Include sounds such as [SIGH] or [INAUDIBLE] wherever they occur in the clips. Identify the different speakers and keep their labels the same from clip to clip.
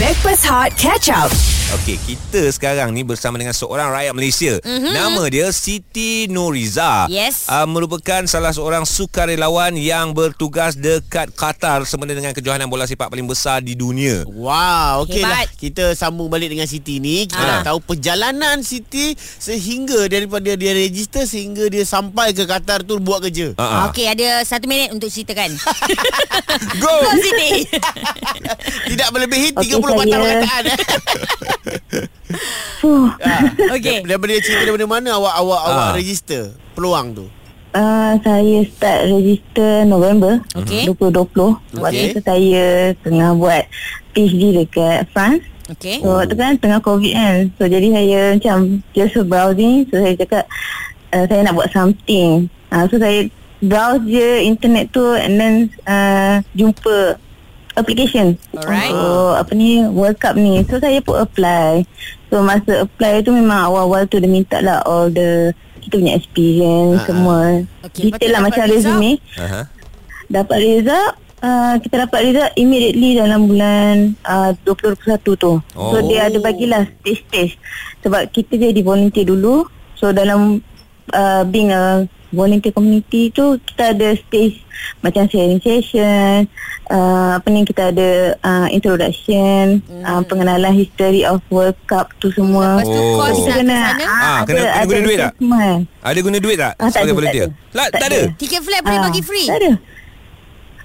Speaker 1: Backpass Hot Catch Up.
Speaker 2: Okey, kita sekarang ni bersama dengan seorang rakyat Malaysia. Mm-hmm. Nama dia Siti Noriza.
Speaker 3: Yes.
Speaker 2: Uh, merupakan salah seorang sukarelawan yang bertugas dekat Qatar sempena dengan kejohanan bola sepak paling besar di dunia.
Speaker 4: Wow, okey lah.
Speaker 3: Hebat.
Speaker 4: Kita sambung balik dengan Siti ni. Kita
Speaker 3: Ah.
Speaker 4: nak tahu perjalanan Siti sehingga daripada dia register sehingga dia sampai ke Qatar tu buat kerja.
Speaker 2: Ah, ah.
Speaker 3: Okey, ada satu minit untuk ceritakan.
Speaker 2: [LAUGHS] Go.
Speaker 3: Go
Speaker 2: [LAUGHS]
Speaker 3: Siti.
Speaker 4: Tidak melebihi
Speaker 5: Okey,
Speaker 4: 30 patah
Speaker 5: saya-
Speaker 4: perkataan. eh.
Speaker 5: Fuh,
Speaker 4: Ah.
Speaker 3: Okey.
Speaker 4: Daripada cerita daripada mana awak awak
Speaker 2: Ah.
Speaker 4: awak register peluang tu?
Speaker 5: uh, saya start register November
Speaker 3: Okey.
Speaker 5: 2020. Waktu
Speaker 4: Okey.
Speaker 5: tu saya tengah buat PhD dekat France.
Speaker 3: Okey.
Speaker 5: So, oh. tu kan tengah COVID kan. So, jadi saya macam just browsing. So, saya cakap uh, saya nak buat something. Uh, so, saya browse je internet tu and then uh, jumpa application
Speaker 3: Alright.
Speaker 5: untuk apa ni World Cup ni. So, saya pun apply. So, masa apply tu memang awal-awal tu dia minta lah all the kita punya experience
Speaker 4: Ah.
Speaker 5: semua.
Speaker 3: Okey, lepas tu
Speaker 5: Detail lah
Speaker 3: dapat
Speaker 5: macam
Speaker 3: result?
Speaker 5: resume.
Speaker 2: Aha.
Speaker 5: Dapat result uh, Kita dapat result Immediately dalam bulan uh, 2021 tu oh. So
Speaker 2: Oh.
Speaker 5: dia ada bagilah Stage-stage Sebab kita jadi volunteer dulu So dalam uh, Being a volunteer community tu Kita ada stage Macam sharing session uh, Apa ni kita ada uh, Introduction hmm. uh, Pengenalan history of World Cup tu semua
Speaker 3: Lepas tu
Speaker 2: Oh.
Speaker 3: kos
Speaker 5: Kita
Speaker 3: nak ke sana.
Speaker 5: kena
Speaker 2: Ah, kena- kena guna duit tak?
Speaker 5: assessment.
Speaker 2: Ada guna duit tak
Speaker 5: Ah, tak
Speaker 2: sebagai
Speaker 5: ada,
Speaker 2: volunteer?
Speaker 5: tak ada.
Speaker 2: Tak, tak
Speaker 5: Tak
Speaker 2: ada.
Speaker 5: ada.
Speaker 3: Tiket flight boleh
Speaker 5: Ah,
Speaker 3: bagi free.
Speaker 5: Tak ada.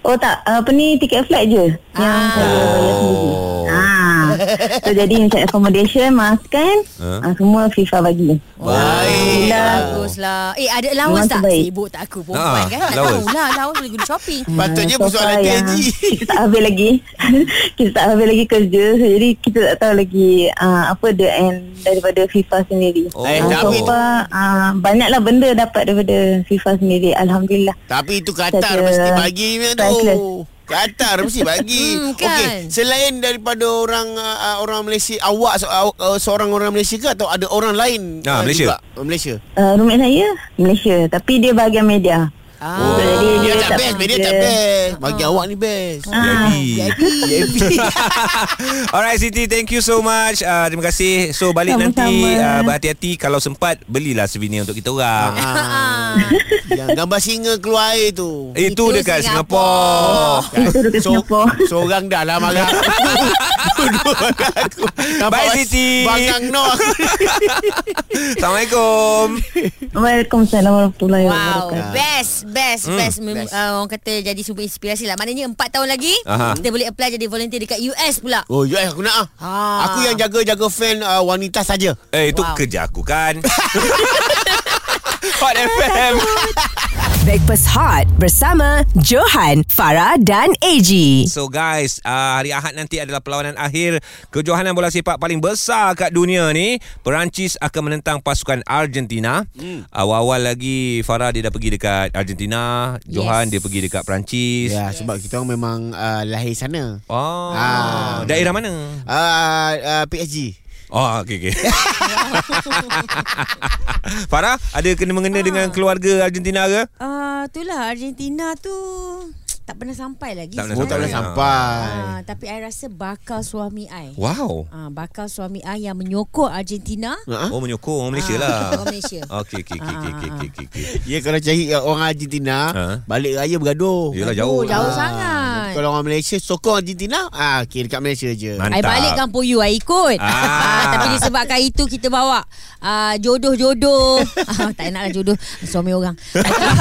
Speaker 5: Oh tak, apa ni tiket flight je yang
Speaker 3: Ah.
Speaker 5: saya bayar sendiri.
Speaker 2: Oh.
Speaker 5: Ah. So jadi macam accommodation, makan,
Speaker 2: Huh?
Speaker 5: huh? ah, semua FIFA bagi.
Speaker 2: Baik.
Speaker 3: Baguslah. Eh, ada allowance
Speaker 5: Memang
Speaker 3: tak?
Speaker 5: terbaik.
Speaker 3: Sibuk tak aku perempuan
Speaker 2: Ah,
Speaker 3: kan? Tak
Speaker 2: allowance.
Speaker 3: tahulah. Allowance boleh guna
Speaker 5: [LAUGHS]
Speaker 3: shopping.
Speaker 4: Patutnya
Speaker 5: so
Speaker 4: persoalan
Speaker 5: far Ah, yang
Speaker 4: TNG.
Speaker 5: [LAUGHS] Kita tak habis lagi. [LAUGHS] kita tak habis lagi kerja. So, jadi kita tak tahu lagi ah, apa the end daripada FIFA sendiri.
Speaker 2: Oh.
Speaker 4: Eh,
Speaker 5: Ah,
Speaker 4: tak
Speaker 5: so
Speaker 4: habis.
Speaker 5: far, ah, banyaklah benda dapat daripada FIFA sendiri. Alhamdulillah.
Speaker 4: Tapi itu Qatar
Speaker 5: Saya
Speaker 4: mesti bagi punya tu.
Speaker 5: priceless.
Speaker 4: Qatar mesti bagi.
Speaker 3: Hmm, kan?
Speaker 4: Okey, selain daripada orang uh, orang Malaysia awak se- aw- uh, seorang orang Malaysia ke atau ada orang lain
Speaker 2: Ah,
Speaker 4: uh,
Speaker 2: Malaysia.
Speaker 4: juga? Uh, Malaysia.
Speaker 5: Uh, roommate saya Malaysia Tapi dia bahagian media
Speaker 3: Ah.
Speaker 5: So, jadi
Speaker 4: Oh. Dia tak best, media
Speaker 5: pandai.
Speaker 4: tak best. Bagi awak ni best.
Speaker 5: Ah.
Speaker 2: VIP. [LAUGHS] Alright Siti, thank you so much. Uh, terima kasih. So balik
Speaker 5: Sama-sama.
Speaker 2: nanti uh, berhati-hati kalau sempat belilah souvenir untuk kita orang.
Speaker 4: Ah. Yang gambar singa keluar air tu.
Speaker 2: Itu,
Speaker 3: Itu
Speaker 2: dekat
Speaker 3: Singapura.
Speaker 2: Singapore.
Speaker 5: Itu dekat Singapura.
Speaker 4: Seorang dah lah marah aku. Dua-dua marah aku. Nampak
Speaker 2: Bye,
Speaker 4: mas-
Speaker 2: Siti.
Speaker 4: Bangang no [LAUGHS] aku.
Speaker 2: [LAUGHS] Assalamualaikum.
Speaker 5: Waalaikumsalam warahmatullahi
Speaker 3: Wow,
Speaker 5: wabarakatuh
Speaker 3: best, best,
Speaker 2: Ah. Hmm.
Speaker 3: best. Mem- uh, orang kata jadi sumber inspirasi lah. Maknanya 4 tahun lagi,
Speaker 2: Aha.
Speaker 3: kita boleh apply jadi volunteer dekat US pula.
Speaker 4: Oh, ya aku nak ah.
Speaker 3: Ha.
Speaker 4: Aku yang jaga-jaga fan uh, wanita saja.
Speaker 2: Eh, itu
Speaker 3: Wow.
Speaker 2: kerja aku kan. [LAUGHS] Hot FM.
Speaker 1: Backpass Hot bersama Johan, Farah dan AG.
Speaker 2: So guys, uh, hari Ahad nanti adalah perlawanan akhir kejohanan bola sepak paling besar kat dunia ni. Perancis akan menentang pasukan Argentina. Hmm. Awal-awal lagi Farah dia dah pergi dekat Argentina, Johan dia
Speaker 3: Yes.
Speaker 2: pergi dekat Perancis. Yeah.
Speaker 4: Ya, sebab kita orang memang uh, lahir sana.
Speaker 2: Oh,
Speaker 4: Ah.
Speaker 2: daerah mana?
Speaker 4: Uh, uh, PSG.
Speaker 2: Oh, okey [LAUGHS] okey. Farah, ada kena mengena dengan keluarga Argentina ke?
Speaker 3: Ah, uh, itulah Argentina tu tak pernah sampai lagi.
Speaker 2: Tak pernah
Speaker 4: Oh, tak boleh
Speaker 2: Sampai.
Speaker 4: sampai.
Speaker 3: Ah, tapi I rasa bakal suami I.
Speaker 2: Wow.
Speaker 3: Ah, bakal suami I yang menyokong Argentina.
Speaker 4: Ha?
Speaker 2: Oh, menyokong orang Malaysia
Speaker 3: Ah,
Speaker 2: lah.
Speaker 3: [LAUGHS] orang Malaysia.
Speaker 2: Okey okey okey okey, okey okey okey.
Speaker 4: Ya, kalau cari uh, orang Argentina,
Speaker 2: Ha?
Speaker 4: balik raya bergaduh.
Speaker 2: Yelah jauh.
Speaker 3: Oh, jauh
Speaker 4: Ah,
Speaker 3: sangat.
Speaker 4: Kalau orang Malaysia sokong Argentina, ah okay, dekat Malaysia je.
Speaker 2: Mantap.
Speaker 3: I balik kampung you I ikut
Speaker 2: Ah.
Speaker 3: ah. Tapi disebabkan itu Kita bawa ah, Jodoh-jodoh [LAUGHS] ah, Tak enaklah jodoh Suami orang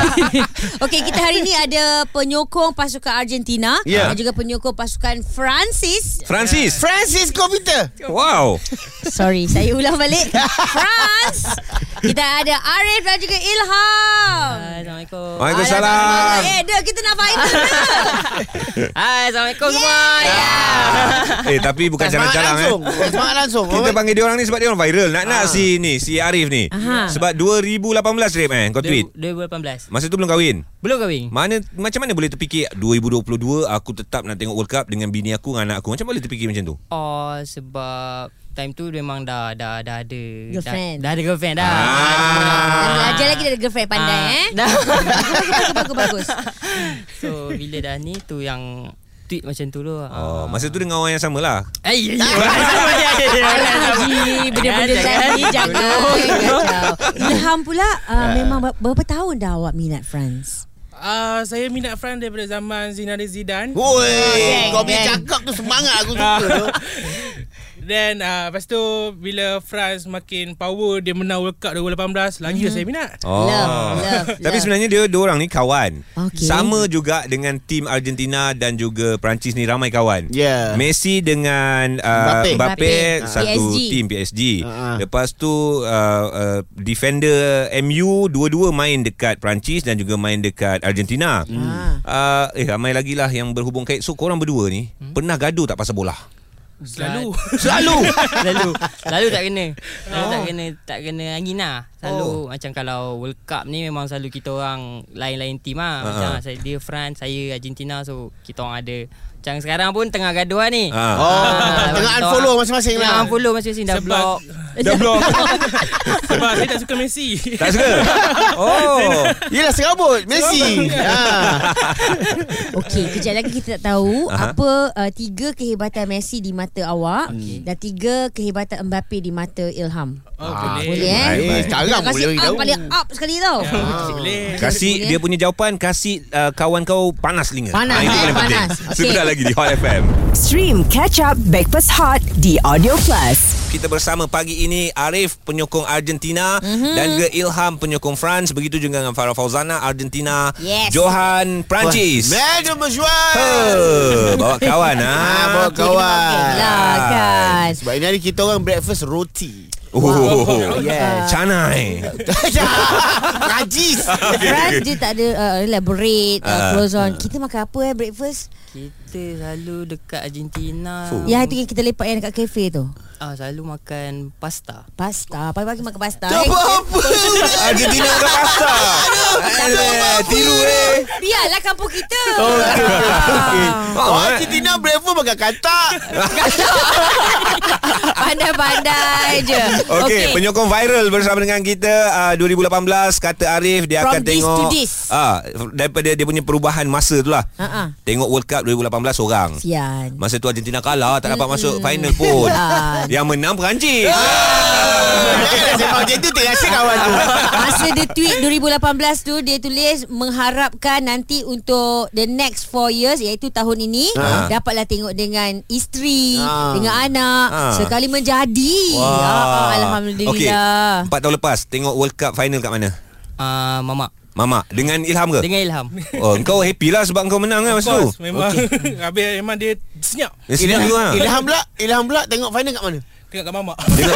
Speaker 3: [LAUGHS] Okey kita hari ni Ada penyokong Pasukan Argentina
Speaker 4: Ya.
Speaker 3: Dan juga penyokong Pasukan Francis
Speaker 2: Francis.
Speaker 4: Francis Komputer.
Speaker 2: Wow.
Speaker 3: Sorry Saya ulang balik France Kita ada Arif Dan juga Ilham Assalamualaikum
Speaker 2: Waalaikumsalam.
Speaker 3: Eh dah kita nak viral
Speaker 6: [LAUGHS] Hai, Assalamualaikum yeah. semua.
Speaker 3: Oh, ya. Ah.
Speaker 2: eh tapi bukan
Speaker 4: Semangat
Speaker 2: jarang-jarang eh.
Speaker 4: langsung. Semangat langsung.
Speaker 2: Kita panggil dia orang ni sebab dia orang viral. Nak nak si ni, si Arif ni.
Speaker 3: Ah. Aha.
Speaker 2: Sebab 2018 Rip eh kau tweet.
Speaker 6: Du- 2018.
Speaker 2: Masa tu belum kahwin.
Speaker 6: Belum kahwin?
Speaker 2: Mana macam mana boleh terfikir 2022 aku tetap nak tengok World Cup dengan bini aku dengan anak aku. Macam boleh terfikir macam tu?
Speaker 6: Oh, sebab time tu memang dah dah dah ada
Speaker 3: Girlfriend.
Speaker 6: Dah, dah ada girlfriend dah.
Speaker 3: Dah
Speaker 2: Ah.
Speaker 3: belajar lagi Dari girlfriend pandai
Speaker 6: [LAUGHS] Ah.
Speaker 3: eh Bagus bagus bagus
Speaker 6: So bila dah ni tu yang tweet macam tu Ah. dulu.
Speaker 3: Ah.
Speaker 2: Oh, masa tu dengan orang yang sama lah.
Speaker 6: Eh, ya, ya. Haji,
Speaker 3: Haji Benda-benda tadi Jangan kacau. Ilham pula
Speaker 2: Ya.
Speaker 3: uh, Memang ber- berapa tahun dah awak minat France?
Speaker 7: Uh, saya minat France daripada zaman Zinari Zidane.
Speaker 4: Woi,
Speaker 3: Oh, Geng,
Speaker 4: kau punya
Speaker 3: geng.
Speaker 4: cakap tu semangat
Speaker 3: [LAUGHS]
Speaker 4: aku suka
Speaker 2: Ah.
Speaker 4: tu.
Speaker 7: Then uh, lepas tu bila France makin power dia menang World Cup 2018 lagi
Speaker 6: Mhm.
Speaker 7: dah saya minat.
Speaker 2: Oh.
Speaker 3: Love, love,
Speaker 2: Tapi
Speaker 3: love.
Speaker 2: sebenarnya dia dua orang ni kawan.
Speaker 3: Okey.
Speaker 2: Sama juga dengan tim Argentina dan juga Perancis ni ramai kawan.
Speaker 4: Yeah.
Speaker 2: Messi dengan uh,
Speaker 4: Mbappe.
Speaker 2: Mbappe,
Speaker 3: Mbappe.
Speaker 2: satu
Speaker 3: PSG.
Speaker 2: tim PSG.
Speaker 4: Ah, ah.
Speaker 2: Lepas tu uh, uh, defender MU dua-dua main dekat Perancis dan juga main dekat Argentina.
Speaker 3: Hmm.
Speaker 2: Uh, eh ramai lagi lah yang berhubung kait. So korang berdua ni
Speaker 3: Hmm?
Speaker 2: pernah gaduh tak pasal bola?
Speaker 7: Selalu.
Speaker 2: Selalu.
Speaker 6: Lalu Lalu tak kena Lalu tak kena Tak kena angin lah Selalu oh. Macam kalau World Cup ni Memang selalu kita orang Lain-lain team lah Macam
Speaker 2: Ha-ha.
Speaker 6: saya, dia France Saya Argentina So kita orang ada Macam sekarang pun Tengah gaduan ni
Speaker 2: Ah.
Speaker 4: Oh,
Speaker 6: Ah,
Speaker 4: tengah
Speaker 6: kita
Speaker 4: unfollow
Speaker 6: orang-
Speaker 4: masing-masing
Speaker 6: Tengah
Speaker 4: lah.
Speaker 6: unfollow masing-masing Dah
Speaker 7: Sebab-
Speaker 6: block
Speaker 2: Dah
Speaker 6: [LAUGHS]
Speaker 2: blok.
Speaker 7: Sebab saya tak suka Messi.
Speaker 2: tak
Speaker 3: [LAUGHS]
Speaker 2: suka. Oh.
Speaker 4: Yelah serabut Messi. ha.
Speaker 3: Okey, kejap lagi kita tak tahu
Speaker 2: Aha.
Speaker 3: apa uh, tiga kehebatan Messi di mata awak dan tiga kehebatan Mbappe di mata Ilham.
Speaker 7: Oh,
Speaker 2: Ah, Baik,
Speaker 3: boleh, eh?
Speaker 4: Eh,
Speaker 2: baik.
Speaker 3: Nak
Speaker 4: sekarang boleh
Speaker 3: kasih
Speaker 4: bagi
Speaker 3: up
Speaker 4: tahu.
Speaker 3: paling up sekali tau.
Speaker 2: Ya.
Speaker 7: Ah, boleh.
Speaker 2: Kasih
Speaker 3: Boleh.
Speaker 2: dia punya jawapan Kasih uh, kawan kau panas linga
Speaker 3: Panas,
Speaker 2: Ah, Itu
Speaker 3: eh,
Speaker 2: paling penting
Speaker 3: panas. Okey.
Speaker 2: Sebentar lagi di Hot FM
Speaker 1: Stream Catch Up Backpass Hot di Audio Plus.
Speaker 2: Kita bersama pagi ini Arif penyokong Argentina
Speaker 3: Mhm.
Speaker 2: Dan juga Ilham penyokong France Begitu juga dengan Farah Fauzana Argentina
Speaker 3: Yes.
Speaker 2: Johan Perancis
Speaker 4: Mega
Speaker 2: Huh, Bawa kawan ha?
Speaker 4: Ah, bawa kawan.
Speaker 3: Lah kan.
Speaker 4: Sebab ini hari kita orang breakfast roti. [LAUGHS]
Speaker 2: Oh,
Speaker 4: Yes.
Speaker 2: Canai
Speaker 4: Ya. Rajis.
Speaker 2: [LAUGHS]
Speaker 3: France dia tak ada uh, elaborate
Speaker 2: Ah.
Speaker 3: uh, close on. Kita makan apa eh breakfast?
Speaker 6: Kita selalu Dekat Argentina
Speaker 2: Fuh.
Speaker 3: Ya itu yang kita lepak yang dekat kafe tu.
Speaker 6: ah, Selalu makan pasta
Speaker 3: Pasta. Pagi-pagi makan pasta.
Speaker 4: Tak
Speaker 3: Eh, [LAUGHS]
Speaker 4: apa-apa.
Speaker 2: Argentina bukan pasta Eh, Tiru eh
Speaker 3: Biarlah kampung kita. Ah.
Speaker 4: Oh,
Speaker 3: eh.
Speaker 4: Argentina breakfast makan katak.
Speaker 3: Pandai-pandai je.
Speaker 2: Okey, okay. penyokong viral bersama dengan kita uh, 2018 kata Arif dia
Speaker 3: From
Speaker 2: akan
Speaker 3: this
Speaker 2: tengok
Speaker 3: to this. Ha,
Speaker 2: Ah, daripada dia punya perubahan masa tu lah.
Speaker 3: Ha-ha.
Speaker 2: Tengok World Cup 2018 orang.
Speaker 3: Sian.
Speaker 2: Masa tu Argentina kalah tak dapat
Speaker 3: Hmm.
Speaker 2: masuk final pun.
Speaker 3: Ah.
Speaker 2: Yang menang Perancis.
Speaker 4: Janganlah sebab macam tu terasa kawan tu.
Speaker 3: Masa dia tweet 2018 tu Dia tulis Mengharapkan nanti untuk The next 4 years Iaitu tahun ini
Speaker 2: Ah.
Speaker 3: Dapatlah tengok dengan Isteri
Speaker 4: Ah.
Speaker 3: Dengan anak
Speaker 2: Ah.
Speaker 3: Sekali menjadi
Speaker 2: Ha. Wah.
Speaker 3: ah, Alhamdulillah
Speaker 2: Okey, 4 tahun lepas tengok World Cup final kat mana?
Speaker 6: ah, Mamak
Speaker 2: Mama dengan Ilham ke?
Speaker 6: Dengan Ilham
Speaker 2: Oh, kau happy lah sebab kau menang kan
Speaker 7: Of
Speaker 2: masa tu.
Speaker 7: course, memang okay. [LAUGHS] Habis memang dia senyap
Speaker 2: Dia senyap tu lah.
Speaker 4: Ilham pula, Ilham pula tengok final kat mana?
Speaker 7: Tengok kat mamak
Speaker 2: Dengan,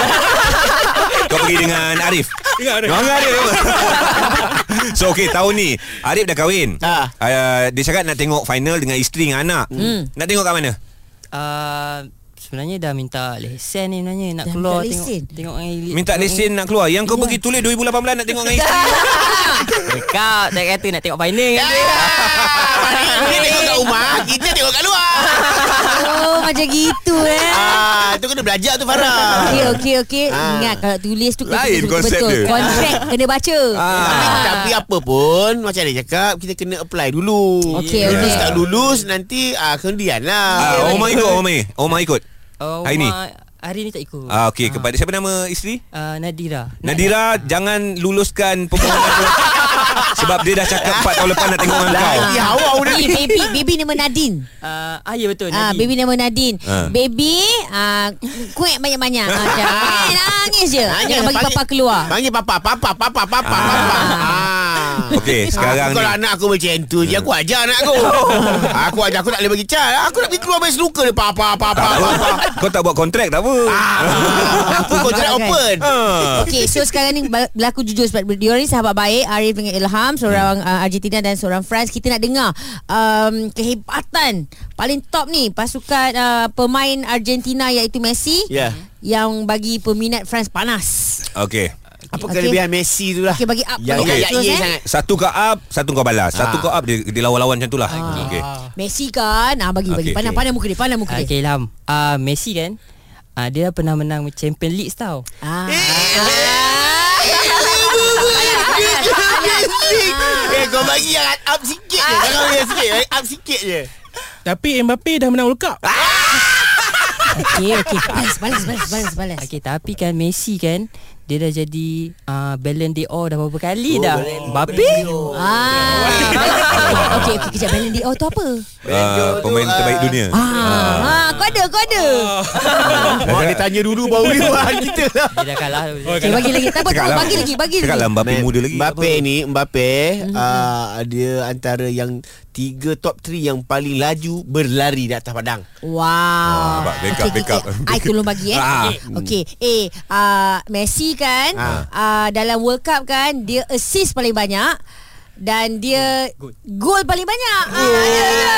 Speaker 2: kau pergi dengan Arif.
Speaker 7: Dengan Arif.
Speaker 2: Dengan Arif. so okay tahun ni Arif dah kahwin.
Speaker 4: Ah.
Speaker 2: Uh, dia cakap nak tengok final dengan isteri dengan anak. Hmm. Nak tengok kat mana?
Speaker 6: Ah, Sebenarnya dah minta lesen ni sebenarnya Nak
Speaker 3: Dah
Speaker 6: keluar
Speaker 3: minta
Speaker 6: tengok,
Speaker 3: lesen?
Speaker 6: tengok dengan-
Speaker 2: Minta
Speaker 6: tengok
Speaker 2: lesen nak keluar. Yang kau pergi tulis 2018 nak tengok dengan [LAUGHS] isteri.
Speaker 6: Kau tak kata nak tengok final
Speaker 2: Ya!
Speaker 6: kan
Speaker 3: Ya.
Speaker 6: dia.
Speaker 4: Dia tengok kat rumah, kita tengok kat luar.
Speaker 3: Oh [LAUGHS] macam gitu eh
Speaker 4: Ah, tu kena belajar tu Farah.
Speaker 3: Okey okey okey
Speaker 4: Ah.
Speaker 3: Ingat kalau tulis tu kena
Speaker 2: Lain
Speaker 3: tulis
Speaker 2: konsep
Speaker 3: betul.
Speaker 2: dia.
Speaker 3: Kontrak kena baca
Speaker 4: Tapi,
Speaker 2: Ah.
Speaker 4: tapi apa pun Macam dia cakap Kita kena apply dulu
Speaker 3: Okey,
Speaker 4: Kalau
Speaker 3: okey.
Speaker 4: tak lulus Nanti ah, Kemudian lah
Speaker 2: Ah, Omar ikut, Omar. Omar ikut.
Speaker 6: Oh,
Speaker 2: Hari ni?
Speaker 6: Umar, Hari ni tak ikut.
Speaker 2: Ah, okay, kepada siapa nama isteri?
Speaker 6: Ah, Nadira.
Speaker 2: Nadira, jangan luluskan permohonan tu. [LAUGHS] Sebab dia dah cakap 4 tahun lepas nak tengok dengan kau.
Speaker 4: Lagi awak
Speaker 3: Ah.
Speaker 4: udah
Speaker 3: Ni baby Baby nama Nadine
Speaker 6: Ah, ah ya betul
Speaker 3: Ah, baby
Speaker 6: Nadira.
Speaker 3: nama Nadine.
Speaker 2: Ah.
Speaker 3: Baby ah kuek banyak-banyak. Ah, macam, eh, nangis je.
Speaker 4: Nangis,
Speaker 3: Jangan bagi
Speaker 4: panggil-
Speaker 3: papa keluar.
Speaker 4: Panggil papa Papa Papa Papa Papa ah.
Speaker 2: Okey, sekarang
Speaker 4: aku, Kalau
Speaker 2: ni.
Speaker 4: anak aku macam tu je Aku ajar anak [LAUGHS] aku Aku ajar Aku tak boleh bagi cat Aku nak pergi keluar main snooker dia Papa [LAUGHS] Papa Papa
Speaker 2: Kau tak buat kontrak tak apa.
Speaker 4: Ah, Aku kontrak open
Speaker 2: Ah.
Speaker 3: Okay so sekarang ni bal- Berlaku jujur Sebab dia orang ni sahabat baik Arif dengan Ilham Seorang
Speaker 4: Hmm.
Speaker 3: uh, Argentina Dan seorang France Kita nak dengar um, Kehebatan Paling top ni Pasukan uh, Pemain Argentina Iaitu Messi
Speaker 4: Ya.
Speaker 3: Yang bagi peminat France panas
Speaker 2: Okey.
Speaker 4: Apa
Speaker 3: Okey.
Speaker 4: kelebihan Messi tu lah
Speaker 3: Okay bagi up
Speaker 4: Yang
Speaker 3: bagi
Speaker 2: okey.
Speaker 3: up
Speaker 4: okay.
Speaker 3: terus,
Speaker 4: ya,
Speaker 3: eh.
Speaker 4: sangat
Speaker 2: Satu kau up Satu kau balas Satu
Speaker 4: Ah.
Speaker 2: kau up Dia, dia lawan-lawan macam tu lah
Speaker 3: Ah.
Speaker 2: okay.
Speaker 3: Messi kan ah, Bagi bagi
Speaker 2: Okey,
Speaker 3: Pandang
Speaker 2: okey.
Speaker 3: pandang muka dia Pandang muka
Speaker 6: Ah,
Speaker 3: dia
Speaker 6: okay, Ilham. Ah, Messi kan? Ah, dia pernah menang Champions League tau.
Speaker 3: ah.
Speaker 4: [LAUGHS] Ah. [LAUGHS] Eh kau bagi yang up sikit je Jangan bagi yang sikit Up sikit je
Speaker 7: Tapi Tapi Mbappe dah menang World Cup.
Speaker 3: Okay, okay. Balas, balas, balas, balas, balas. Okay.
Speaker 6: Okay, tapi kan Messi kan dia dah jadi uh, Ballon d'Or dah berapa kali oh, dah. Mbappe?
Speaker 3: Ah, okay, okay, kejap Ballon d'Or tu apa?
Speaker 2: Uh, pemain terbaik dunia.
Speaker 3: Ah, ah, kau ada, kau ada.
Speaker 2: Ah.
Speaker 4: Wah, dia tanya dulu baru dia buat [LAUGHS] kita lah.
Speaker 6: Dia dah
Speaker 2: [LAUGHS]
Speaker 6: kalah. Oh,
Speaker 3: Okay, bagi lagi. Tak apa, tak apa, bagi lagi, bagi
Speaker 2: Cakap lah
Speaker 3: lagi.
Speaker 2: Mbappe muda lagi.
Speaker 4: [LAUGHS] Mbappe ni Mbappe uh, Dia antara yang Tiga top 3 yang paling laju Berlari di atas padang
Speaker 3: Wow.
Speaker 2: nampak? Ah, Backup,
Speaker 3: Okey, okey,
Speaker 2: backup.
Speaker 3: okey. I tolong bagi eh.
Speaker 2: Ah.
Speaker 3: Okey. Okey. Eh, uh, Messi kan
Speaker 4: Ah.
Speaker 3: uh, dalam World Cup kan dia assist paling banyak dan dia gol paling banyak. Ah, ya, ya.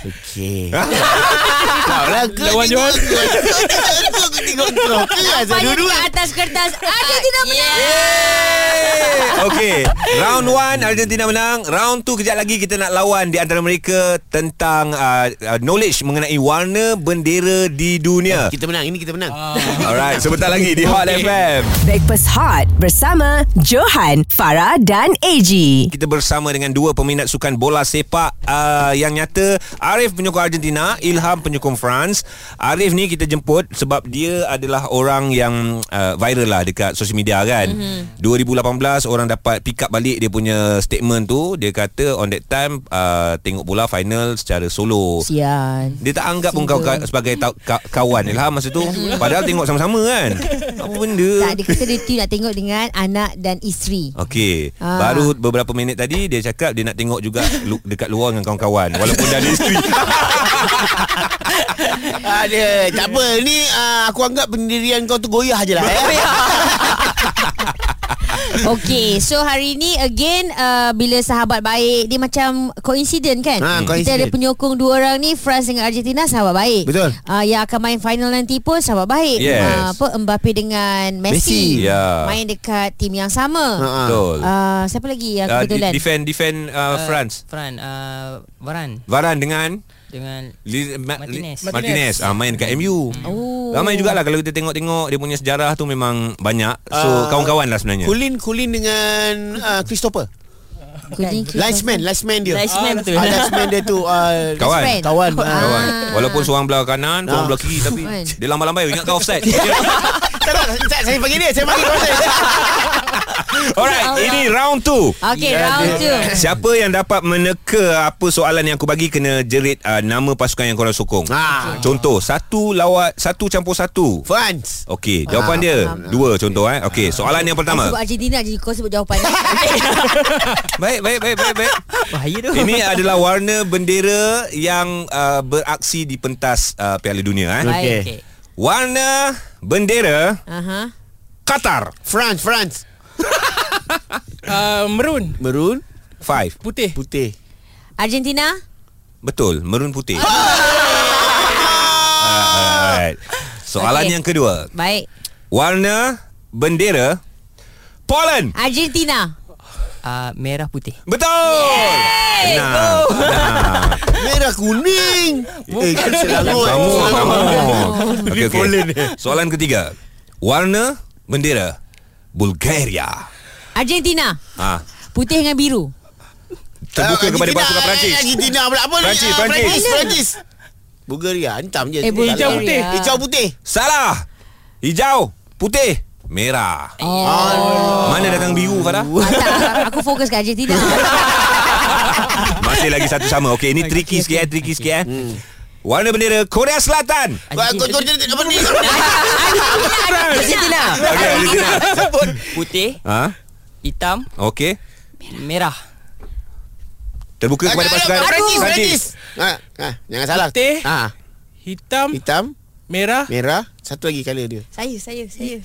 Speaker 4: Okey Kau lah ke
Speaker 7: Lawan Johor.
Speaker 4: Kau tengok kau Kau
Speaker 3: Apa
Speaker 4: asal
Speaker 3: yang
Speaker 4: dulu
Speaker 3: di atas kertas Argentina menang.
Speaker 2: Okey, round 1 Argentina menang. Round 2 kejap lagi kita nak lawan di antara mereka tentang uh, uh, knowledge mengenai warna bendera di dunia.
Speaker 4: Kita menang Ini kita menang
Speaker 2: Ah. Alright, sebentar lagi di Hot FM.
Speaker 1: Breakfast Hot bersama Johan, Farah dan AG.
Speaker 2: Kita bersama dengan dua peminat sukan bola sepak uh, yang nyata Arif penyokong Argentina, Ilham penyokong France. Arif ni kita jemput sebab dia adalah orang yang uh, viral lah dekat social media kan. Mm-hmm. 2018 orang dapat pick up balik dia punya statement tu. Dia kata on that time uh, tengok bola final secara solo.
Speaker 3: Sian.
Speaker 2: Dia tak anggap pun kau ka- sebagai ta- ka- kawan Ilham masa tu. Padahal tengok sama-sama kan. Apa benda?
Speaker 3: Tak, dia kata dia tu nak tengok dengan anak dan isteri.
Speaker 2: Okey.
Speaker 3: Ah.
Speaker 2: Baru beberapa minit tadi dia cakap dia nak tengok juga lu, dekat luar dengan kawan-kawan walaupun dah ada
Speaker 3: [LAUGHS]
Speaker 2: isteri.
Speaker 4: Ada Ah, Tak apa Ni ah, aku anggap pendirian kau tu goyah je lah eh.
Speaker 3: Okay, so hari ni again uh, bila sahabat baik dia macam coincident kan?
Speaker 4: Ha,
Speaker 3: Kita ada
Speaker 4: coincident.
Speaker 3: penyokong dua orang ni France dengan Argentina sahabat baik.
Speaker 4: Betul.
Speaker 3: Uh, yang akan main final nanti pun sahabat baik.
Speaker 2: Yes.
Speaker 3: Ah, apa Mbappe dengan Messi.
Speaker 2: Messi, ya.
Speaker 3: Main dekat tim yang sama.
Speaker 4: Ha.
Speaker 2: Betul.
Speaker 3: Uh, siapa lagi yang
Speaker 2: Uh,
Speaker 3: kebetulan?
Speaker 2: defend defend uh, France.
Speaker 6: Fran, uh, Varan
Speaker 2: Varan dengan
Speaker 6: dengan
Speaker 2: Li- Ma- Li-
Speaker 6: Martinez.
Speaker 2: Martinez ah main dekat MU.
Speaker 3: Oh.
Speaker 2: Ramai jugalah kalau kita tengok-tengok dia punya sejarah tu memang banyak. So
Speaker 4: Ah,
Speaker 2: kawan-kawan lah sebenarnya.
Speaker 4: Kulin Kulin dengan ah, Christopher
Speaker 3: Kuning
Speaker 4: Linesman Linesman
Speaker 2: Ya.
Speaker 4: dia
Speaker 6: Linesman tu.
Speaker 4: Ah,
Speaker 6: [LAUGHS]
Speaker 4: Linesman dia tu ah,
Speaker 2: Kawan.
Speaker 3: friend.
Speaker 4: Kawan ah.
Speaker 2: Kawan. Walaupun seorang belah kanan, seorang
Speaker 4: Ah.
Speaker 2: belah kiri tapi
Speaker 3: Kawan.
Speaker 2: dia lambai-lambai ingat kau
Speaker 3: [LAUGHS]
Speaker 2: offside.
Speaker 4: Tak tak saya- Saya panggil dia Saya panggil kawan saya
Speaker 2: Alright, ini round 2.
Speaker 3: Okay, round
Speaker 2: [LAUGHS]
Speaker 3: two.
Speaker 2: Siapa yang dapat meneka apa soalan yang aku bagi kena jerit uh, nama pasukan yang korang sokong.
Speaker 4: Ah.
Speaker 2: Contoh, satu lawan satu campur satu.
Speaker 4: France
Speaker 2: Okey, jawapan dia dua contoh eh. Okey, soalan yang
Speaker 3: Ah, Aku
Speaker 2: pertama.
Speaker 3: sebut Argentina jadi kau sebut jawapan.
Speaker 2: Baik, baik, baik, baik, baik.
Speaker 6: Bahaya tu.
Speaker 2: Ini adalah warna bendera yang uh, beraksi di pentas uh, Piala Dunia eh.
Speaker 3: Baik.
Speaker 4: Okey.
Speaker 6: Okay.
Speaker 2: Warna bendera
Speaker 3: Aha.
Speaker 2: Qatar.
Speaker 4: France France
Speaker 7: Uh, Merun.
Speaker 4: Merun
Speaker 2: Five.
Speaker 7: Putih.
Speaker 4: Putih
Speaker 3: Argentina?
Speaker 2: Betul, merun putih.
Speaker 3: Ah.
Speaker 2: Alright. Soalan
Speaker 3: Okey.
Speaker 2: yang kedua.
Speaker 3: Baik.
Speaker 2: Warna bendera Poland.
Speaker 3: Argentina.
Speaker 6: Uh, merah putih.
Speaker 2: Betul. Yeay.
Speaker 4: Oh.
Speaker 2: Nah.
Speaker 4: Merah kuning Eh kan Selangor eh.
Speaker 2: Kamu, kamu. Okey, okey.
Speaker 4: Poland ni.
Speaker 2: Soalan ketiga. Warna bendera Bulgaria.
Speaker 3: Argentina.
Speaker 2: Ha.
Speaker 3: Putih dengan biru.
Speaker 2: Terbuka
Speaker 4: Ah,
Speaker 2: kepada
Speaker 4: Argentina,
Speaker 2: pasukan Perancis.
Speaker 4: Argentina pula apa ni?
Speaker 2: Perancis,
Speaker 4: Ah,
Speaker 2: Perancis.
Speaker 4: Perancis Perancis Bulgaria Hentam je
Speaker 3: Eh, Bulgaria.
Speaker 4: Hijau putih Hijau putih
Speaker 2: Salah. Hijau, putih, merah. Oh. Mana datang biru [LAUGHS] Farah?
Speaker 3: Ah, tak, aku fokus kat Argentina. [LAUGHS]
Speaker 2: Masih lagi satu sama. Okey, ini tricky sikit eh, tricky sikit eh. Warna bendera Korea [LAUGHS] Selatan.
Speaker 4: Wah, kau- kau- kau- Apa ni Ah,
Speaker 3: Argentina.
Speaker 2: Okey, Argentina.
Speaker 6: Putih,
Speaker 2: Ha?
Speaker 6: hitam,
Speaker 2: Okey.
Speaker 6: merah.
Speaker 2: Terbuka kepada pasukan
Speaker 4: Perancis Perancis Ah, ah, Jangan salah
Speaker 7: Putih.
Speaker 4: Ah,
Speaker 7: Hitam.
Speaker 4: Hitam
Speaker 7: Merah.
Speaker 4: Merah Satu lagi colour dia
Speaker 3: Saya, saya, saya.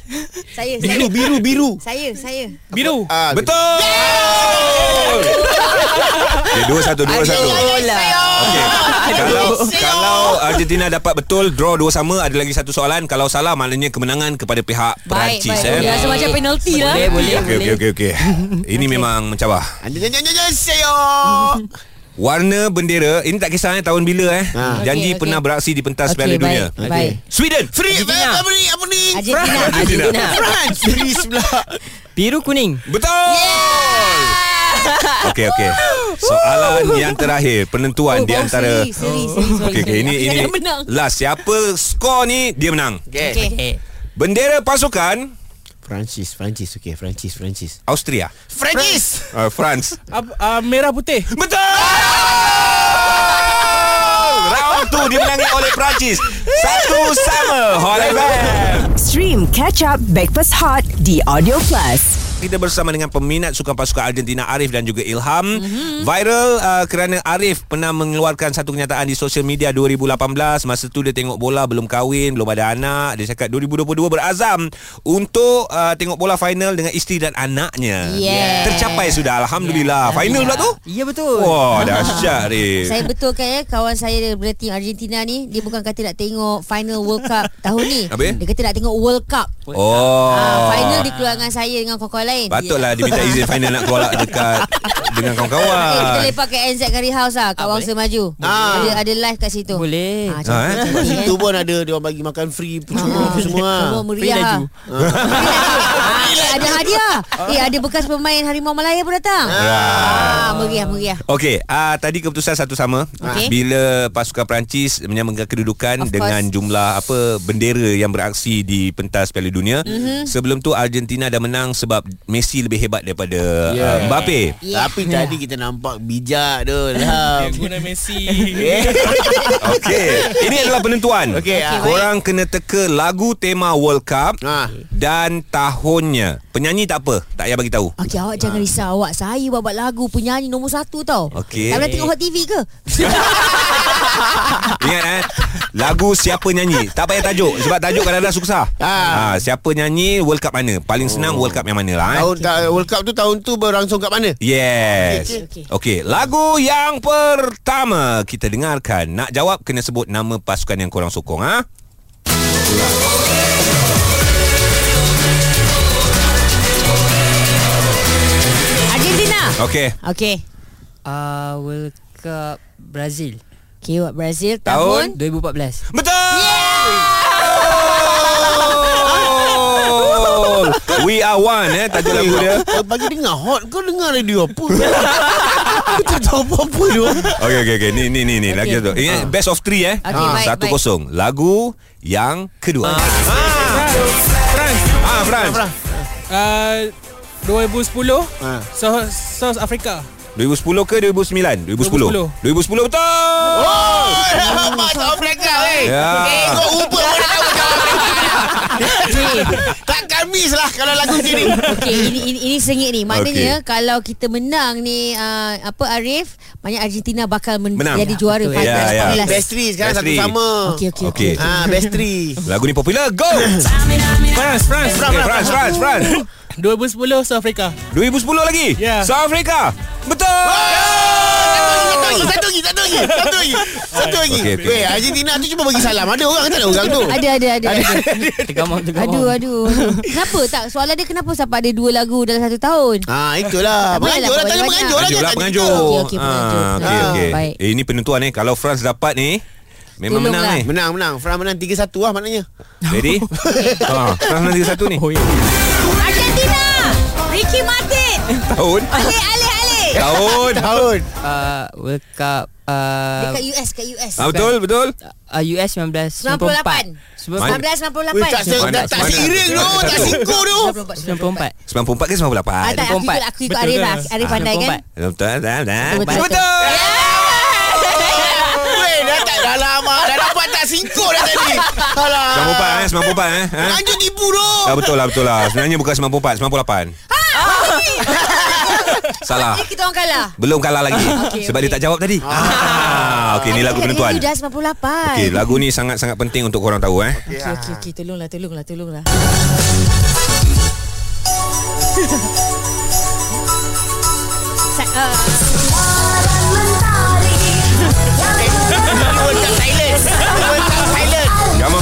Speaker 3: Saya, saya.
Speaker 4: Biru biru biru
Speaker 3: Saya, saya.
Speaker 7: Biru.
Speaker 4: Ah,
Speaker 2: Betul. [LAUGHS] Okay, dua satu, dua satu. Okey. Kalau kalau Argentina dapat betul draw dua sama ada lagi satu soalan kalau salah maknanya kemenangan kepada pihak
Speaker 3: Baik,
Speaker 2: Perancis
Speaker 3: baik.
Speaker 2: eh.
Speaker 3: Rasa macam penalti lah.
Speaker 6: Boleh, boleh,
Speaker 2: Okey okey
Speaker 6: boleh.
Speaker 2: okey
Speaker 3: [LAUGHS]
Speaker 2: okey. Ini memang mencabar.
Speaker 4: Anda jangan jangan saya.
Speaker 2: Warna bendera ini tak kisah eh, tahun bila eh.
Speaker 4: Ah.
Speaker 2: Janji
Speaker 3: Okey, okey.
Speaker 2: pernah beraksi di pentas
Speaker 3: Okey,
Speaker 2: Piala Dunia.
Speaker 3: baik. Baik.
Speaker 2: Sweden.
Speaker 4: Free
Speaker 6: Argentina.
Speaker 4: apa ni? Apa ni?
Speaker 3: Argentina.
Speaker 6: Argentina.
Speaker 4: France. Free sebelah.
Speaker 6: Biru kuning.
Speaker 3: [LAUGHS]
Speaker 2: Betul. Yeah. Okey okey. Soalan yang terakhir penentuan
Speaker 3: Oh,
Speaker 2: [LAUGHS] di
Speaker 3: oh,
Speaker 2: antara
Speaker 3: seri, seri, seri, sorry,
Speaker 2: Okey
Speaker 3: sorry.
Speaker 2: okey ini
Speaker 3: Aku
Speaker 2: ini
Speaker 3: yang menang.
Speaker 2: last siapa skor ni dia menang.
Speaker 4: Okay.
Speaker 3: Okey.
Speaker 2: Bendera pasukan
Speaker 4: Francis, Francis. Okay, Francis, Francis.
Speaker 2: Austria.
Speaker 4: Francis!
Speaker 2: Uh, France.
Speaker 7: Ab, uh, merah putih.
Speaker 2: Betul! Round tu dimenangi oleh Perancis. Satu sama. Hot FM.
Speaker 1: Stream Catch Up Backpass Hot di Audio Plus.
Speaker 2: Kita bersama dengan peminat sukan pasukan Argentina Arif dan juga Ilham mm-hmm. Viral uh, kerana Arif pernah mengeluarkan satu kenyataan di sosial media 2018 Masa tu dia tengok bola belum kahwin, belum ada anak Dia cakap 2022 berazam untuk uh, tengok bola final dengan isteri dan anaknya
Speaker 3: Yes.
Speaker 2: Tercapai sudah Alhamdulillah
Speaker 3: Yeah.
Speaker 2: Final pula tu?
Speaker 6: Ya betul.
Speaker 2: Wah dahsyat Arif
Speaker 3: Saya betulkan ya Kawan saya daripada tim Argentina ni Dia bukan kata nak tengok Final World Cup tahun ni
Speaker 2: Habis?
Speaker 3: Dia kata nak tengok World Cup
Speaker 2: Oh
Speaker 3: Ah, final dikeluarkan saya dengan kawan-kawan lain.
Speaker 2: Patutlah dia minta izin final nak golak
Speaker 3: [LAUGHS]
Speaker 2: dekat dengan
Speaker 3: Eh, kita
Speaker 2: kawan-kawan
Speaker 3: lepak ke NZ Curry House lah Kat Wangsa Maju
Speaker 4: Ah.
Speaker 3: ada, ada live kat situ
Speaker 6: Boleh.
Speaker 2: Ah, eh?
Speaker 3: ah, cantik,
Speaker 4: Sebab
Speaker 3: cantik,
Speaker 4: situ
Speaker 3: eh.
Speaker 4: pun ada Dia orang bagi makan free Pucuk
Speaker 3: Ah,
Speaker 4: apa semua
Speaker 3: Semua meriah [LAUGHS]
Speaker 6: laju.
Speaker 3: Ah, eh, Ada hadiah
Speaker 2: Ah.
Speaker 3: Eh ada bekas pemain Harimau Malaya pun datang
Speaker 2: Ya.
Speaker 3: ah, Meriah meriah
Speaker 2: Okey, uh, tadi keputusan satu sama
Speaker 3: Okey.
Speaker 2: bila pasukan Perancis menyambungkan kedudukan
Speaker 3: Of course.
Speaker 2: dengan jumlah apa bendera yang beraksi di pentas Piala Dunia.
Speaker 3: Mhm.
Speaker 2: Mm-hmm. Sebelum tu Argentina dah menang sebab Messi lebih hebat daripada yeah. uh, Mbappe.
Speaker 4: [LAUGHS]
Speaker 3: Yeah.
Speaker 4: Tapi tadi kita nampak bijak tu Ilham
Speaker 3: [LAUGHS]
Speaker 7: Dia guna
Speaker 6: [LAUGHS]
Speaker 7: Messi.
Speaker 2: Okey, ini adalah penentuan.
Speaker 4: Okey, ah.
Speaker 2: korang kena teka lagu tema World Cup
Speaker 4: Ah.
Speaker 2: dan tahunnya. Penyanyi tak apa, tak payah bagi tahu.
Speaker 3: Okey awak jangan risau awak Saya babat lagu penyanyi nombor satu tau
Speaker 2: Okey.
Speaker 3: Tak pernah tengok Hot TV ke?
Speaker 2: Ingat eh Lagu siapa nyanyi Tak payah tajuk Sebab tajuk kadang-kadang susah ha.
Speaker 4: Ah. Oh.
Speaker 2: Siapa nyanyi World Cup mana Paling senang World Cup yang mana lah eh?
Speaker 4: Tahun ta- World Cup tu tahun tu berlangsung kat mana?
Speaker 2: Yes Okey okay.
Speaker 3: Okey, okey.
Speaker 2: Lagu yang pertama Kita dengarkan Nak jawab Kena sebut nama pasukan yang korang sokong ha?
Speaker 3: Argentina
Speaker 2: Okey
Speaker 3: Okey
Speaker 6: Ah World Cup Brazil
Speaker 3: Okey awak Brazil
Speaker 2: Tahun?
Speaker 3: Tahun
Speaker 6: 2014.
Speaker 2: Betul Betul! Oh! We are one eh Tajuk lagu dia
Speaker 4: Eh, Pagi dengar hot Kau dengar radio apa? [LAUGHS] Aku tak tahu apa-apa dia orang.
Speaker 2: Okey okey okey. Ni ni ni ni lagi satu. Ingat best of three eh.
Speaker 3: Okey, baik,
Speaker 2: Satu
Speaker 3: baik.
Speaker 2: kosong. Lagu yang kedua. Ah, ah France.
Speaker 7: France. Uh, 2010
Speaker 4: Ah.
Speaker 7: South, South Africa
Speaker 2: 2010 ke 2009? 2010. 2010, 2010 betul.
Speaker 4: Oh, nampak South Africa eh.
Speaker 2: Ya.
Speaker 4: Eh, kau ubah mana tahu South [LAUGHS] Africa. Takkan miss lah kalau lagu sini.
Speaker 3: Okey, ini, ini ini sengit ni. Maknanya okay. kalau kita menang ni uh, apa Arif, maknanya Argentina bakal men-
Speaker 2: Menang.
Speaker 3: jadi juara
Speaker 6: Betul.
Speaker 3: final
Speaker 2: Ya, ya.
Speaker 3: yeah,
Speaker 4: Best three sekarang
Speaker 2: Best
Speaker 4: satu
Speaker 2: three.
Speaker 4: sama.
Speaker 3: Okey okey
Speaker 2: Okey.
Speaker 3: okey.
Speaker 4: Ah, best three.
Speaker 2: Lagu ni popular. Go.
Speaker 7: France France
Speaker 2: Okay, France France France.
Speaker 7: 2010 South Africa
Speaker 2: 2010 lagi.
Speaker 7: Ya.
Speaker 2: South Africa. Betul.
Speaker 3: Oh.
Speaker 4: Satu lagi, satu lagi, satu lagi, satu lagi. Satu lagi.
Speaker 2: Okey, okey.
Speaker 4: Weh, Argentina tu cuma bagi salam. Ada orang ke tak ada orang tu?
Speaker 3: Ada ada ada. ada.
Speaker 6: Tergamam tergamam.
Speaker 3: Aduh aduh. kenapa tak soalan dia kenapa sampai ada dua lagu dalam satu tahun?
Speaker 4: Ah,
Speaker 3: Tak
Speaker 4: itulah.
Speaker 3: boleh
Speaker 4: Menganjur
Speaker 3: lah,
Speaker 4: lah, tanya
Speaker 3: banyak.
Speaker 4: menganjur lah.
Speaker 2: Penganjur lah penganjur.
Speaker 4: jangan cerita.
Speaker 3: Okey, okey, penganjur.
Speaker 2: Ah, Okey
Speaker 3: Ah,
Speaker 2: okey.
Speaker 3: baik.
Speaker 2: Eh, ini penentuan ni. Kalau France dapat ni memang
Speaker 3: Tolonglah.
Speaker 2: menang ni.
Speaker 4: Menang, menang. Fran menang 3-1 lah maknanya.
Speaker 3: [LAUGHS]
Speaker 2: Ready? ha, France nanti satu
Speaker 7: Oh,
Speaker 2: ni.
Speaker 7: ya.
Speaker 3: Argentina! Ricky Martin!
Speaker 2: Tahun.
Speaker 3: Ale ale ale! [LAUGHS]
Speaker 2: Tahun.
Speaker 4: Tahun.
Speaker 6: Ah World Cup ah
Speaker 3: Dekat US, kat US.
Speaker 2: Ah, betul betul.
Speaker 6: ah, US
Speaker 3: 98. 1998.
Speaker 6: 1998.
Speaker 4: Tak se-
Speaker 2: Mana?
Speaker 4: tak- tak
Speaker 2: Mana?
Speaker 4: seiring tu, tak singkung [LAUGHS] tu.
Speaker 6: 94.
Speaker 2: 94 ke 98?
Speaker 3: Ah, tak, aku ikut, aku ikut Arif lah. Arif pandai kan?
Speaker 2: Betul, betul, betul.
Speaker 3: Betul, betul,
Speaker 2: Betul.
Speaker 3: Ah,
Speaker 4: Weh, dah tak dah lama. Dah dapat tak singkung dah tadi. Alah.
Speaker 2: 94 eh, 94 eh. Ha?
Speaker 4: Menganjur tipu tu.
Speaker 2: [LAUGHS] Ah, betul lah, betul lah. Sebenarnya bukan 94, [LAUGHS] 98. Salah.
Speaker 3: Eh, kita orang kalah.
Speaker 2: Belum kalah [LAUGHS] lagi
Speaker 3: Okey,
Speaker 2: Sebab dia
Speaker 3: okey.
Speaker 2: tak jawab tadi ah, Okey, ni lagu
Speaker 3: Arif
Speaker 2: penentuan
Speaker 3: You dah 98.
Speaker 2: Okey, lagu ni sangat-sangat penting untuk korang tahu eh
Speaker 3: Okey, okey, okey. Tolonglah, tolonglah, tolonglah. Sa- uh,
Speaker 2: Come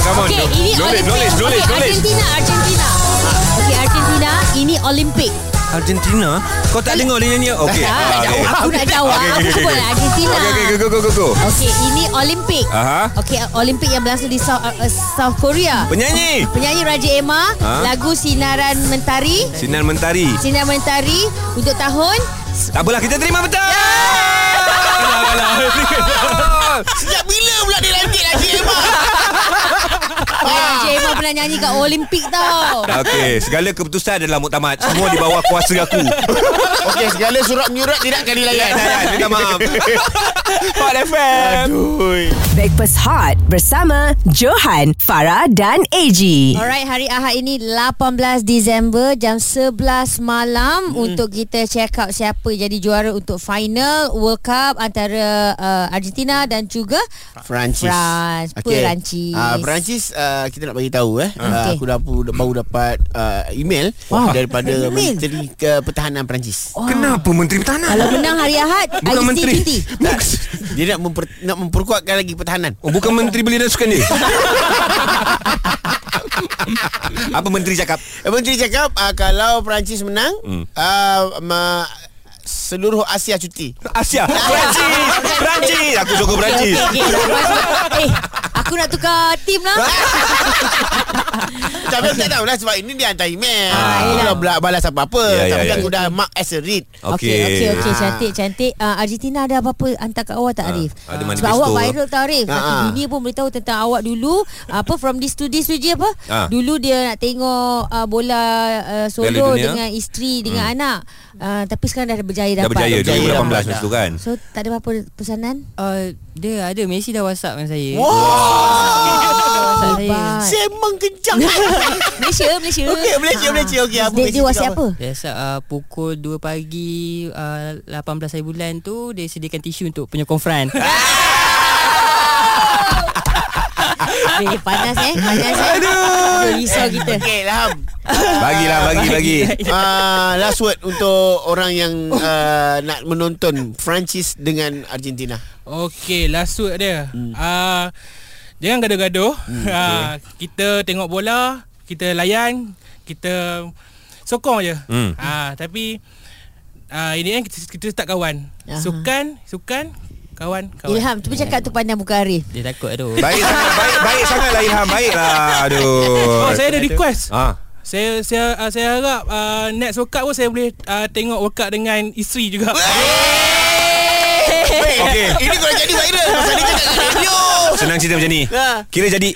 Speaker 2: on, come on
Speaker 3: okay, ini
Speaker 2: Knowledge, knowledge,
Speaker 3: Olympic.
Speaker 2: knowledge,
Speaker 3: okay,
Speaker 2: knowledge
Speaker 3: Argentina, Argentina. Okay, Argentina. Ini Olympic.
Speaker 2: Argentina? eh? Kau tak dengar dia nyanyi? Okey
Speaker 3: Tak,
Speaker 2: [LAUGHS] ah, okey.
Speaker 3: aku nak jawab.
Speaker 2: Okey,
Speaker 3: Aku
Speaker 2: okey,
Speaker 3: sebut
Speaker 2: okey.
Speaker 3: lah Argentina.
Speaker 2: Okey, okey, go, go, go, go
Speaker 3: Okey, ini Olympic.
Speaker 2: Aha.
Speaker 3: Okey, Olympic yang berlangsung di South, uh, South Korea.
Speaker 2: Penyanyi
Speaker 3: Penyanyi Raja Emma,
Speaker 2: Ha?
Speaker 3: lagu Sinaran Mentari.
Speaker 2: Sinar Mentari
Speaker 3: Sinar Mentari untuk tahun
Speaker 2: Tak apalah kita terima betul. Kalah kalah.
Speaker 4: Sejak bila pula dia lanjut lagi Emma?
Speaker 3: Ah. Cik Emma pernah nyanyi kat Olimpik tau.
Speaker 2: [LAUGHS] Okey, segala keputusan adalah muktamad. Semua di bawah kuasa aku. [LAUGHS]
Speaker 4: Okey, segala surat menyurat tidak akan
Speaker 2: Ya,
Speaker 4: dilayan.
Speaker 2: ya, minta maaf. Hot FM.
Speaker 4: Aduh.
Speaker 1: Breakfast Hot bersama Johan, Farah dan AG.
Speaker 3: Alright, hari Ahad ini 18 Disember jam 11 malam
Speaker 2: Hmm.
Speaker 3: mm. untuk kita check out siapa jadi juara untuk final World Cup antara uh, Argentina dan juga
Speaker 4: Perancis.
Speaker 3: France. Perancis.
Speaker 4: Ah, Perancis uh, kita nak bagi tahu eh. Ah, aku dah pu- baru dapat uh, email
Speaker 3: Wah.
Speaker 4: daripada
Speaker 3: Email.
Speaker 4: Menteri ke Pertahanan Perancis.
Speaker 2: [LAUGHS] Kenapa Menteri Pertahanan?
Speaker 3: Kalau menang hari Ahad,
Speaker 2: Bukan
Speaker 3: Argentina
Speaker 2: menteri.
Speaker 3: cuti.
Speaker 4: Tak, dia nak, memper, nak memperkuatkan lagi pertahanan.
Speaker 2: Oh, bukan Menteri Belia dan Sukan dia? [LAUGHS] Apa Menteri cakap?
Speaker 4: Eh, Menteri cakap uh, kalau Perancis menang, hmm. uh, ma, seluruh Asia
Speaker 2: [LAUGHS]
Speaker 4: cuti.
Speaker 2: Asia Perancis Perancis Aku sokong
Speaker 3: Okey,
Speaker 2: Perancis
Speaker 3: okey. Lepas tu, [LAUGHS] eh, aku nak tukar tim lah.
Speaker 2: [LAUGHS]
Speaker 4: Tapi aku tak tahulah sebab ini dia hantar email.
Speaker 2: Ah,
Speaker 4: Ah,
Speaker 2: yelah.
Speaker 4: belak balas apa-apa.
Speaker 2: Ya, ya,
Speaker 4: Yeah, Tapi
Speaker 2: ya.
Speaker 4: kan aku dah mark as a read.
Speaker 3: Okey, okey, okey.
Speaker 4: Ah.
Speaker 3: Cantik, cantik. Uh, Argentina ada apa-apa hantar kat awak tak, Arif?
Speaker 2: Ah, ada
Speaker 3: Sebab
Speaker 2: manifesto.
Speaker 3: awak viral tau, Arif.
Speaker 4: Ah,
Speaker 3: Satu
Speaker 4: ah.
Speaker 3: dunia pun beritahu tentang awak dulu. Apa, from this to this tu je apa?
Speaker 2: Ah.
Speaker 3: Dulu dia nak tengok uh, bola uh,
Speaker 2: Piala Dunia.
Speaker 3: solo
Speaker 2: Hmm.
Speaker 3: dengan isteri, dengan anak. Uh, tapi sekarang dah berjaya
Speaker 2: Dah
Speaker 3: dapat.
Speaker 2: berjaya 2018
Speaker 4: Berjaya dapat
Speaker 2: masa tu kan
Speaker 3: So, tak ada apa-apa pesanan?
Speaker 6: Uh, dia ada Messi dah WhatsApp dengan saya.
Speaker 4: Wow.
Speaker 2: Ah.
Speaker 6: Dia WhatsApp saya.
Speaker 4: Ah.
Speaker 3: Hebat.
Speaker 4: Semang kencang.
Speaker 3: Malaysia, Malaysia. Ah.
Speaker 4: Okey, Malaysia, Malaysia. Okey, apa
Speaker 3: Dia, dia
Speaker 4: Messi cakap
Speaker 3: WhatsApp apa?
Speaker 6: Dia WhatsApp uh, pukul 2 pagi uh, 18 hari bulan tu dia sediakan tisu untuk penyokong
Speaker 2: [LAUGHS]
Speaker 6: front.
Speaker 3: Eh, panas eh. Panas eh. Aduh. [LAUGHS] Risau kita.
Speaker 4: Okey, Ilham.
Speaker 2: Bagilah bagi
Speaker 3: [LAUGHS]
Speaker 2: bagi
Speaker 4: uh, last word untuk orang yang uh, nak menonton Francis dengan Argentina.
Speaker 7: Okey, last word dia. Hmm. Uh, jangan gaduh-gaduh. Hmm, uh, kita tengok bola, kita layan, kita sokong je.
Speaker 2: Hmm.
Speaker 7: Hmm. Uh, tapi uh, ini kan kita, kita tak kawan.
Speaker 3: Aha.
Speaker 7: Sukan, sukan, kawan, kawan.
Speaker 3: Ilham, cuba cakap tu pandang muka Arif.
Speaker 6: dia takut tu.
Speaker 2: Baik sangat Baik, baik sangatlah Ilham Baiklah Aduh
Speaker 7: Oh, saya ada request.
Speaker 2: Ah,
Speaker 7: Saya saya uh, saya harap uh, next workout pun saya boleh uh, tengok workout dengan isteri juga.
Speaker 2: Okey.
Speaker 4: Ini kalau jadi viral pasal dia cakap kat radio. Ha. Ya.
Speaker 2: Senang cerita macam ni Kira jadi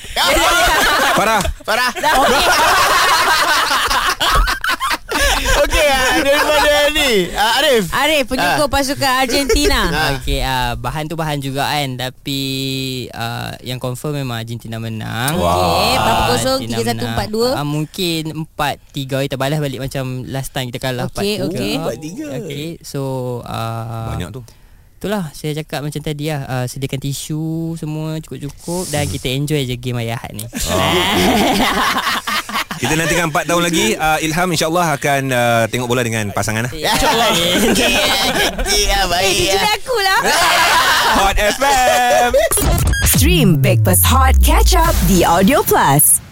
Speaker 2: [LAUGHS] Farah
Speaker 4: Farah. [LAUGHS] Okey, ah, daripada ni, ah, Arif.
Speaker 3: Arif, penyokong pasukan Argentina.
Speaker 2: ah.
Speaker 6: Okey, uh, bahan tu bahan juga kan tapi uh, yang confirm memang Argentina menang.
Speaker 2: Wow. Okey,
Speaker 3: berapa kosong?
Speaker 6: Argentina
Speaker 3: 3-1,
Speaker 6: menang.
Speaker 3: 4-2?
Speaker 6: Ah, mungkin 4-3 kita balas balik macam last time kita kalah
Speaker 3: Okey,
Speaker 6: 4-3.
Speaker 3: okey.
Speaker 6: Okey, so uh,
Speaker 2: Banyak tu
Speaker 6: Itulah saya cakap macam tadi lah uh, Sediakan tisu semua cukup-cukup Dan kita enjoy je game ayah hat ni
Speaker 2: Kita nantikan 4 tahun lagi uh, Ilham insyaAllah akan uh, Tengok bola dengan pasangan lah.
Speaker 4: InsyaAllah. Ya,
Speaker 3: Eh, dia
Speaker 4: baik.
Speaker 3: curi aku lah.
Speaker 2: Hot FM
Speaker 1: Stream Breakfast Hot Catch Up The Audio Plus.